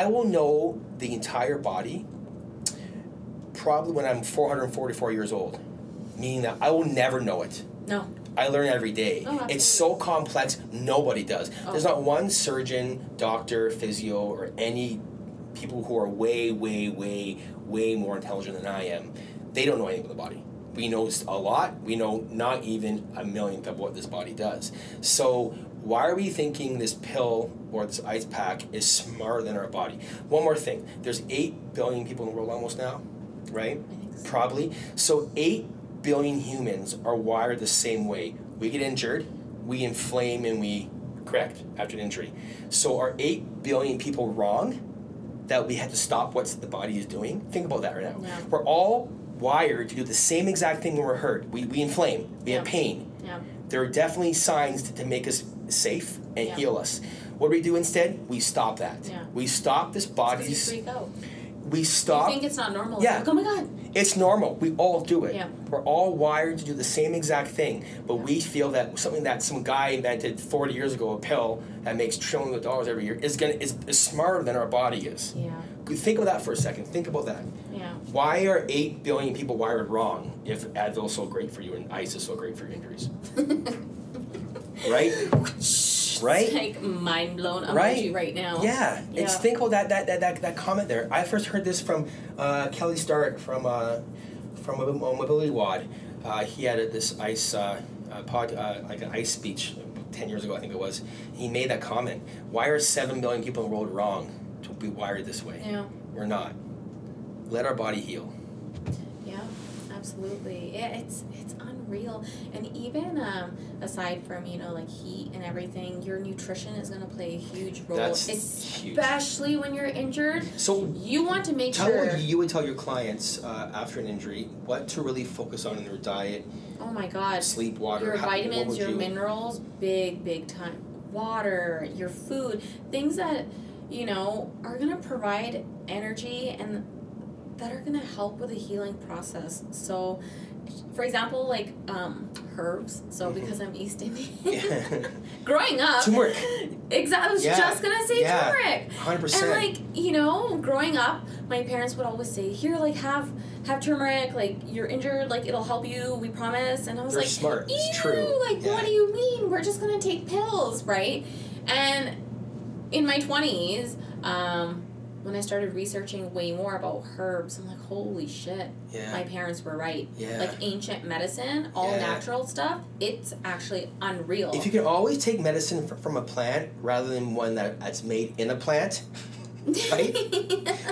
[SPEAKER 2] I will know the entire body probably when I'm 444 years old, meaning that I will never know it.
[SPEAKER 1] No.
[SPEAKER 2] I learn every day.
[SPEAKER 1] Oh,
[SPEAKER 2] it's so complex, nobody does. There's
[SPEAKER 1] Oh.
[SPEAKER 2] not one surgeon, doctor, physio, or any people who are way, way, way, way more intelligent than I am. They don't know anything about the body. We know s- a lot, we know not even a millionth of what this body does. So, why are we thinking this pill or this ice pack is smarter than our body? One more thing there's 8 billion people in the world almost now, right?
[SPEAKER 1] I think so.
[SPEAKER 2] Probably. So, 8 billion humans are wired the same way. We get injured, we inflame, and we correct after an injury. So, are 8 billion people wrong that we had to stop what the body is doing? Think about that right now.
[SPEAKER 1] Yeah.
[SPEAKER 2] We're all wired to do the same exact thing when we're hurt. We, we inflame, we have
[SPEAKER 1] Yeah.
[SPEAKER 2] pain.
[SPEAKER 1] Yeah.
[SPEAKER 2] There are definitely signs to, to make us safe and
[SPEAKER 1] Yeah.
[SPEAKER 2] heal us. What do we do instead? We stop that.
[SPEAKER 1] Yeah.
[SPEAKER 2] We stop this
[SPEAKER 1] Because you
[SPEAKER 2] body's.
[SPEAKER 1] freak out.
[SPEAKER 2] We
[SPEAKER 1] You
[SPEAKER 2] stop.
[SPEAKER 1] think it's not normal.
[SPEAKER 2] Yeah.
[SPEAKER 1] Like, oh my god.
[SPEAKER 2] It's normal. We all do it.
[SPEAKER 1] Yeah.
[SPEAKER 2] We're all wired to do the same exact thing, but we feel that something that some guy invented 40 years ago, a pill that makes trillions of dollars every year, is gonna is, is smarter than our body is.
[SPEAKER 1] Yeah.
[SPEAKER 2] Think about that for a second. Think about that.
[SPEAKER 1] Yeah.
[SPEAKER 2] Why are 8 billion people wired wrong if Advil's so great for you and ice is so great for your injuries? right? Right?
[SPEAKER 1] Like mind blown. I'm
[SPEAKER 2] Right?
[SPEAKER 1] with you right now.
[SPEAKER 2] Yeah, it's
[SPEAKER 1] Yeah.
[SPEAKER 2] think about that that, that that that comment there. I first heard this from uh, Kelly Stark from uh, from Mob- Mobility Wad. Uh, he had a, this ice uh, uh, pod uh, like an ice speech ten years ago, I think it was. He made that comment. Why are seven million people in the world wrong to be wired this way?
[SPEAKER 1] Yeah.
[SPEAKER 2] We're not. Let our body heal.
[SPEAKER 1] Yeah, absolutely. Yeah, it's it's unreal. And even um, aside from you know like heat and everything, your nutrition is gonna play a huge role,
[SPEAKER 2] That's huge.
[SPEAKER 1] especially when you're injured.
[SPEAKER 2] So.
[SPEAKER 1] You want to make
[SPEAKER 2] Tell
[SPEAKER 1] sure.
[SPEAKER 2] you would tell your clients uh, after an injury what to really focus on in their diet,
[SPEAKER 1] Oh my God.
[SPEAKER 2] sleep, water,
[SPEAKER 1] Your
[SPEAKER 2] how- what
[SPEAKER 1] vitamins,
[SPEAKER 2] would
[SPEAKER 1] your
[SPEAKER 2] you-
[SPEAKER 1] minerals, big big time. Water, your food, things that you know are gonna provide energy and that are gonna help with the healing process. So, for example, like um, herbs. So
[SPEAKER 2] Mhm.
[SPEAKER 1] because I'm East Indian.
[SPEAKER 2] Yeah.
[SPEAKER 1] growing up.
[SPEAKER 2] Turmeric.
[SPEAKER 1] Exactly. I was
[SPEAKER 2] Yeah.
[SPEAKER 1] just gonna say
[SPEAKER 2] Yeah.
[SPEAKER 1] turmeric.
[SPEAKER 2] Hundred
[SPEAKER 1] And
[SPEAKER 2] percent.
[SPEAKER 1] like you know, growing up, my parents would always say, "Here, like have have turmeric. Like you're injured, like it'll help you. We promise." And I was
[SPEAKER 2] They're
[SPEAKER 1] like,
[SPEAKER 2] smart.
[SPEAKER 1] "Ew!
[SPEAKER 2] It's true.
[SPEAKER 1] Like
[SPEAKER 2] Yeah.
[SPEAKER 1] what do you mean? We're just gonna take pills, right?" And in my twenties, um, when I started researching way more about herbs, I'm like, "Holy shit!
[SPEAKER 2] yeah.
[SPEAKER 1] My parents were right."
[SPEAKER 2] yeah.
[SPEAKER 1] Like ancient medicine, all
[SPEAKER 2] Yeah.
[SPEAKER 1] natural stuff, it's actually unreal.
[SPEAKER 2] if you can always take medicine fr- from a plant rather than one that, that's made in a plant, right?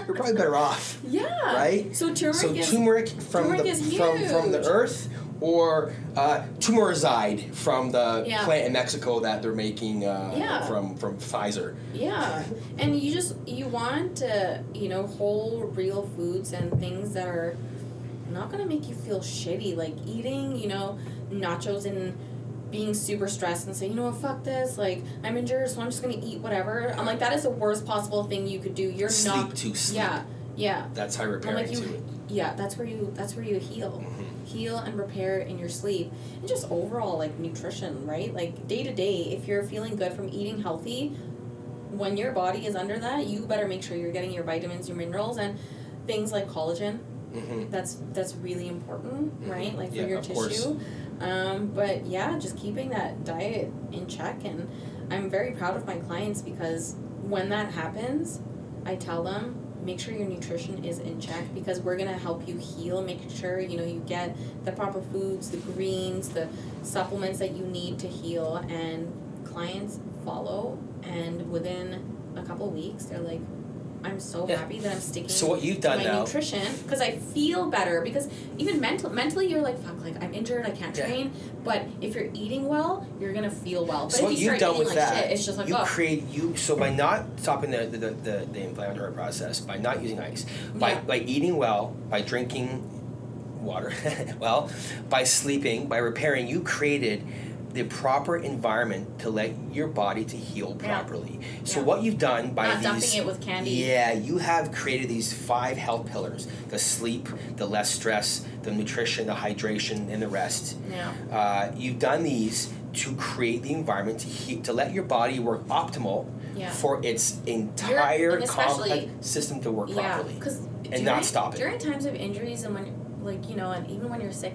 [SPEAKER 2] you're probably better off,
[SPEAKER 1] yeah.
[SPEAKER 2] right?
[SPEAKER 1] So turmeric
[SPEAKER 2] So
[SPEAKER 1] is
[SPEAKER 2] turmeric from
[SPEAKER 1] turmeric
[SPEAKER 2] the
[SPEAKER 1] is
[SPEAKER 2] from from the
[SPEAKER 1] huge.
[SPEAKER 2] earth, or uh, tumerizide from the
[SPEAKER 1] Yeah.
[SPEAKER 2] plant in Mexico that they're making uh,
[SPEAKER 1] Yeah.
[SPEAKER 2] from from Pfizer.
[SPEAKER 1] yeah, and you just you want to you know whole real foods and things that are not gonna make you feel shitty like eating you know nachos and being super stressed and say you know what fuck this like I'm injured so I'm just gonna eat whatever I'm like that is the worst possible thing you could do you're
[SPEAKER 2] sleep
[SPEAKER 1] not
[SPEAKER 2] to sleep.
[SPEAKER 1] yeah yeah
[SPEAKER 2] That's how you're
[SPEAKER 1] I'm
[SPEAKER 2] repairing
[SPEAKER 1] like you
[SPEAKER 2] to it.
[SPEAKER 1] yeah that's where you that's where you heal.
[SPEAKER 2] Mhm.
[SPEAKER 1] heal and repair in your sleep and just overall like nutrition right like day to day if you're feeling good from eating healthy when your body is under that you better make sure you're getting your vitamins your minerals and things like collagen
[SPEAKER 2] Mhm.
[SPEAKER 1] that's that's really important
[SPEAKER 2] Mhm.
[SPEAKER 1] right like for
[SPEAKER 2] Yeah,
[SPEAKER 1] your
[SPEAKER 2] of
[SPEAKER 1] tissue
[SPEAKER 2] course.
[SPEAKER 1] um but yeah just keeping that diet in check and i'm very proud of my clients because when that happens i tell them make sure your nutrition is in check because we're going to help you heal making sure you know you get the proper foods the greens the supplements that you need to heal and clients follow and within a couple weeks they're like i'm so
[SPEAKER 2] Yeah.
[SPEAKER 1] happy that i'm sticking
[SPEAKER 2] So what you've done
[SPEAKER 1] my
[SPEAKER 2] now?
[SPEAKER 1] nutrition because I feel better because even mental mentally you're like fuck like I'm injured I can't
[SPEAKER 2] Yeah.
[SPEAKER 1] train but if you're eating well you're gonna feel well but
[SPEAKER 2] so what
[SPEAKER 1] if you
[SPEAKER 2] you've
[SPEAKER 1] start
[SPEAKER 2] done
[SPEAKER 1] eating
[SPEAKER 2] with
[SPEAKER 1] like
[SPEAKER 2] that,
[SPEAKER 1] shit it's just like
[SPEAKER 2] you
[SPEAKER 1] oh
[SPEAKER 2] create you. So by not stopping the the, the, the, the inflammatory process, by not using ice, by
[SPEAKER 1] Yeah.
[SPEAKER 2] by eating well, by drinking water, well, by sleeping, by repairing, you created the proper environment to let your body to heal
[SPEAKER 1] Yeah.
[SPEAKER 2] properly. So
[SPEAKER 1] Yeah.
[SPEAKER 2] what you've done by
[SPEAKER 1] not
[SPEAKER 2] these
[SPEAKER 1] dumping it with candy
[SPEAKER 2] yeah, you have created these five health pillars: the sleep, the less stress, the nutrition, the hydration, and the rest.
[SPEAKER 1] yeah
[SPEAKER 2] Uh, you've done these to create the environment to heat, to let your body work optimal
[SPEAKER 1] yeah
[SPEAKER 2] for its entire
[SPEAKER 1] and
[SPEAKER 2] complex
[SPEAKER 1] especially-
[SPEAKER 2] system to work
[SPEAKER 1] yeah
[SPEAKER 2] properly
[SPEAKER 1] because
[SPEAKER 2] and not stop it.
[SPEAKER 1] during times of injuries and when like you know and even when you're sick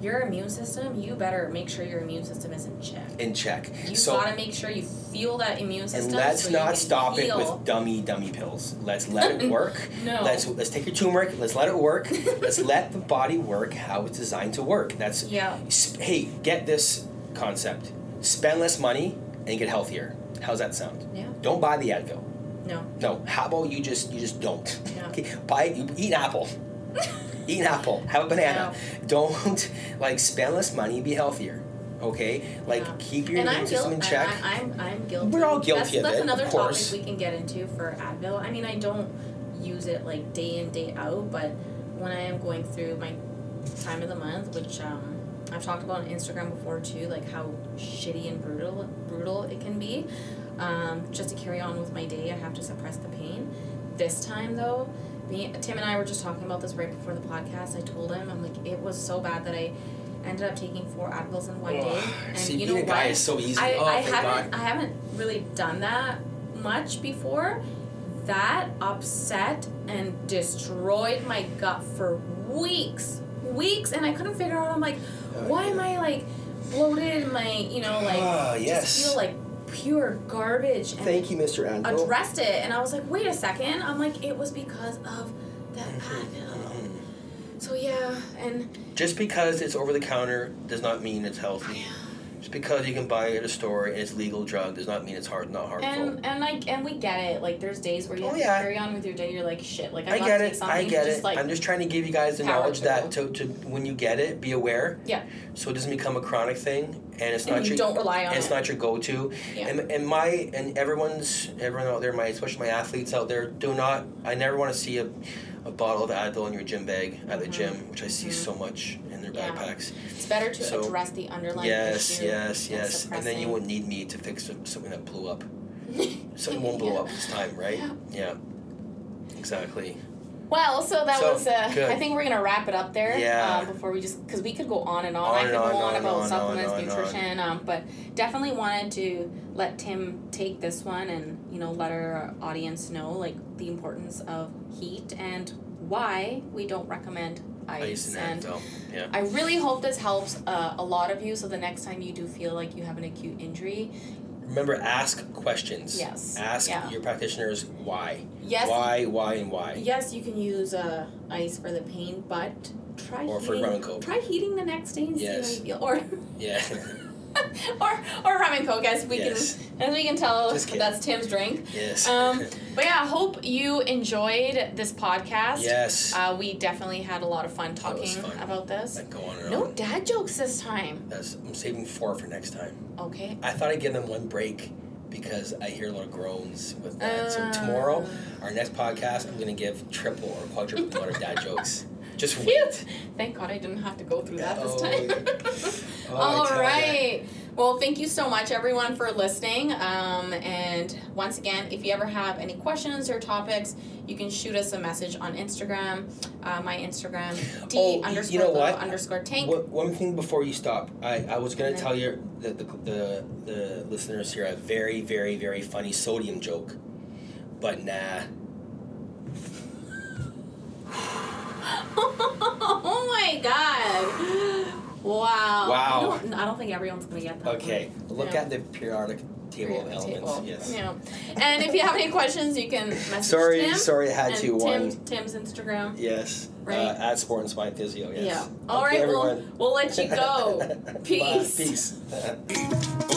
[SPEAKER 1] your immune system you better make sure your immune system is in check
[SPEAKER 2] In check.
[SPEAKER 1] you
[SPEAKER 2] so
[SPEAKER 1] gotta make sure you feel that immune system
[SPEAKER 2] and let's
[SPEAKER 1] so you can
[SPEAKER 2] not stop
[SPEAKER 1] heal.
[SPEAKER 2] it with dummy dummy pills. Let's let it work.
[SPEAKER 1] no
[SPEAKER 2] Let's let's take your turmeric. Let's let it work. let's let the body work how it's designed to work. That's
[SPEAKER 1] yeah
[SPEAKER 2] sp- hey, get this concept. Spend less money and get healthier. How's that sound?
[SPEAKER 1] Yeah.
[SPEAKER 2] Don't buy the Advil.
[SPEAKER 1] no
[SPEAKER 2] No, how about you just you just don't.
[SPEAKER 1] Yeah.
[SPEAKER 2] Okay, buy you eat an apple. eat an apple. Have a banana. Don't like spend less money. Be healthier. Okay, like
[SPEAKER 1] Yeah.
[SPEAKER 2] keep your
[SPEAKER 1] and
[SPEAKER 2] immune
[SPEAKER 1] I'm
[SPEAKER 2] system
[SPEAKER 1] guilty.
[SPEAKER 2] in check.
[SPEAKER 1] I, am I'm guilty.
[SPEAKER 2] We're all
[SPEAKER 1] that's,
[SPEAKER 2] guilty of
[SPEAKER 1] That's
[SPEAKER 2] it, of
[SPEAKER 1] another
[SPEAKER 2] course.
[SPEAKER 1] topic we can get into for Advil. I mean, I don't use it like day in day out, but when I am going through my time of the month, which um, I've talked about on Instagram before too, like how shitty and brutal brutal it can be. Um, just to carry on with my day, I have to suppress the pain. This time though, me, Tim and I were just talking about this right before the podcast. I told him I'm like it was so bad that I ended up taking four Advils in one day, and
[SPEAKER 2] See,
[SPEAKER 1] you
[SPEAKER 2] being
[SPEAKER 1] know
[SPEAKER 2] a guy
[SPEAKER 1] what?
[SPEAKER 2] is so easy.
[SPEAKER 1] I,
[SPEAKER 2] oh,
[SPEAKER 1] I
[SPEAKER 2] thank
[SPEAKER 1] haven't
[SPEAKER 2] God.
[SPEAKER 1] I haven't really done that much before. That upset and destroyed my gut for weeks, weeks, and I couldn't figure out. I'm like,
[SPEAKER 2] Oh,
[SPEAKER 1] why am
[SPEAKER 2] yeah.
[SPEAKER 1] I like bloated? and My you know like
[SPEAKER 2] Ah, yes.
[SPEAKER 1] just feel like pure garbage. And
[SPEAKER 2] Thank you, Mr. Advil.
[SPEAKER 1] addressed it, and I was like, wait a second. I'm like, it was because of that
[SPEAKER 2] Mm-hmm.
[SPEAKER 1] Advil. So yeah, and
[SPEAKER 2] Just because it's over the counter does not mean it's healthy. Just because you can buy it at a store and it's legal drug does not mean it's hard not harmful.
[SPEAKER 1] And and like and we get it. Like there's days where you
[SPEAKER 2] Oh,
[SPEAKER 1] have
[SPEAKER 2] yeah.
[SPEAKER 1] to carry on with your day. You're like shit. Like I'm
[SPEAKER 2] I
[SPEAKER 1] not
[SPEAKER 2] get
[SPEAKER 1] take
[SPEAKER 2] it.
[SPEAKER 1] something
[SPEAKER 2] I get
[SPEAKER 1] to just
[SPEAKER 2] it.
[SPEAKER 1] like
[SPEAKER 2] I'm just trying to give you guys the
[SPEAKER 1] power
[SPEAKER 2] knowledge that to, to when you get it, be aware.
[SPEAKER 1] Yeah.
[SPEAKER 2] So it doesn't become a chronic thing, and it's
[SPEAKER 1] and
[SPEAKER 2] not
[SPEAKER 1] you
[SPEAKER 2] your
[SPEAKER 1] don't rely on
[SPEAKER 2] and it's
[SPEAKER 1] it.
[SPEAKER 2] not your go-to.
[SPEAKER 1] Yeah.
[SPEAKER 2] And, and my and everyone's everyone out there, my especially my athletes out there, do not. I never want to see a, a bottle of Advil in your gym bag at the
[SPEAKER 1] Mhm.
[SPEAKER 2] gym, which I see
[SPEAKER 1] Mhm.
[SPEAKER 2] so much in their
[SPEAKER 1] Yeah.
[SPEAKER 2] backpacks.
[SPEAKER 1] It's better to
[SPEAKER 2] so-
[SPEAKER 1] address the underlying
[SPEAKER 2] yes,
[SPEAKER 1] issue.
[SPEAKER 2] yes,
[SPEAKER 1] and
[SPEAKER 2] yes. And then you
[SPEAKER 1] suppressing.
[SPEAKER 2] won't need me to fix something that blew up. Something won't blow
[SPEAKER 1] Yeah.
[SPEAKER 2] up this time, right?
[SPEAKER 1] Yeah.
[SPEAKER 2] Yeah. Exactly.
[SPEAKER 1] Well, so that
[SPEAKER 2] So,
[SPEAKER 1] was. Uh,
[SPEAKER 2] good.
[SPEAKER 1] I think we're gonna wrap it up there.
[SPEAKER 2] Yeah.
[SPEAKER 1] Um, before we just, because we could go on and on.
[SPEAKER 2] On
[SPEAKER 1] I
[SPEAKER 2] and
[SPEAKER 1] could
[SPEAKER 2] on,
[SPEAKER 1] go on,
[SPEAKER 2] on,
[SPEAKER 1] about
[SPEAKER 2] on,
[SPEAKER 1] supplements,
[SPEAKER 2] on, on, on.
[SPEAKER 1] nutrition, um, but definitely wanted to let Tim take this one and you know let our audience know like the importance of heat and why we don't recommend ice,
[SPEAKER 2] Ice
[SPEAKER 1] and
[SPEAKER 2] and Advil. Yeah.
[SPEAKER 1] I really hope this helps uh, a lot of you. So the next time you do feel like you have an acute injury,
[SPEAKER 2] Remember, ask questions.
[SPEAKER 1] yes,
[SPEAKER 2] Ask
[SPEAKER 1] yeah.
[SPEAKER 2] your practitioners why.
[SPEAKER 1] yes,
[SPEAKER 2] Why, why, and why.
[SPEAKER 1] yes, you can use uh, ice for the pain, but try
[SPEAKER 2] Or for
[SPEAKER 1] heating.
[SPEAKER 2] rum and coke.
[SPEAKER 1] Try heating the next day and
[SPEAKER 2] Yes.
[SPEAKER 1] see how you feel, or
[SPEAKER 2] Yeah.
[SPEAKER 1] or or rum and coke, as we
[SPEAKER 2] yes.
[SPEAKER 1] can as we can tell
[SPEAKER 2] Just kidding.
[SPEAKER 1] that's Tim's drink.
[SPEAKER 2] Yes.
[SPEAKER 1] Um, But yeah, I hope you enjoyed this podcast.
[SPEAKER 2] yes.
[SPEAKER 1] Uh, we definitely had a lot of fun
[SPEAKER 2] That was
[SPEAKER 1] talking
[SPEAKER 2] fun.
[SPEAKER 1] about this.
[SPEAKER 2] Like um, go on and
[SPEAKER 1] uh, No
[SPEAKER 2] on.
[SPEAKER 1] dad jokes this time.
[SPEAKER 2] That's, I'm saving four for next time.
[SPEAKER 1] Okay.
[SPEAKER 2] I thought I'd give them one break because I hear a lot of groans with that.
[SPEAKER 1] Uh.
[SPEAKER 2] so tomorrow, our next podcast, I'm gonna give triple or quadruple the amount of dad jokes. Just
[SPEAKER 1] Phew.
[SPEAKER 2] wait.
[SPEAKER 1] Thank God I didn't have to go through that
[SPEAKER 2] Oh,
[SPEAKER 1] this time.
[SPEAKER 2] Oh, I
[SPEAKER 1] All
[SPEAKER 2] tell ya.
[SPEAKER 1] right. Well, thank you so much, everyone, for listening. Um, and once again, if you ever have any questions or topics, you can shoot us a message on Instagram. Uh, my Instagram,
[SPEAKER 2] Oh,
[SPEAKER 1] D
[SPEAKER 2] you-
[SPEAKER 1] underscore
[SPEAKER 2] you know
[SPEAKER 1] Lil
[SPEAKER 2] what?
[SPEAKER 1] underscore tank.
[SPEAKER 2] One, one thing before you stop, I, I was gonna
[SPEAKER 1] Okay.
[SPEAKER 2] tell you that the, the the listeners here a very very very funny sodium joke, but nah.
[SPEAKER 1] oh my God. Wow.
[SPEAKER 2] Wow.
[SPEAKER 1] I don't, I don't think everyone's going to get that.
[SPEAKER 2] Okay, look
[SPEAKER 1] Yeah.
[SPEAKER 2] at the periodic table of
[SPEAKER 1] Periodic
[SPEAKER 2] elements.
[SPEAKER 1] table.
[SPEAKER 2] Yes.
[SPEAKER 1] Yeah. And if you have any questions, you can message
[SPEAKER 2] Sorry,
[SPEAKER 1] Tim.
[SPEAKER 2] sorry, I had
[SPEAKER 1] and
[SPEAKER 2] to
[SPEAKER 1] Tim,
[SPEAKER 2] one.
[SPEAKER 1] Tim's Instagram.
[SPEAKER 2] Yes.
[SPEAKER 1] Right.
[SPEAKER 2] Uh, at Sport and Spine Physio. Yes.
[SPEAKER 1] Yeah. All
[SPEAKER 2] okay,
[SPEAKER 1] right,
[SPEAKER 2] everyone.
[SPEAKER 1] we'll, we'll let you go.
[SPEAKER 2] Bye.
[SPEAKER 1] Peace.
[SPEAKER 2] Peace.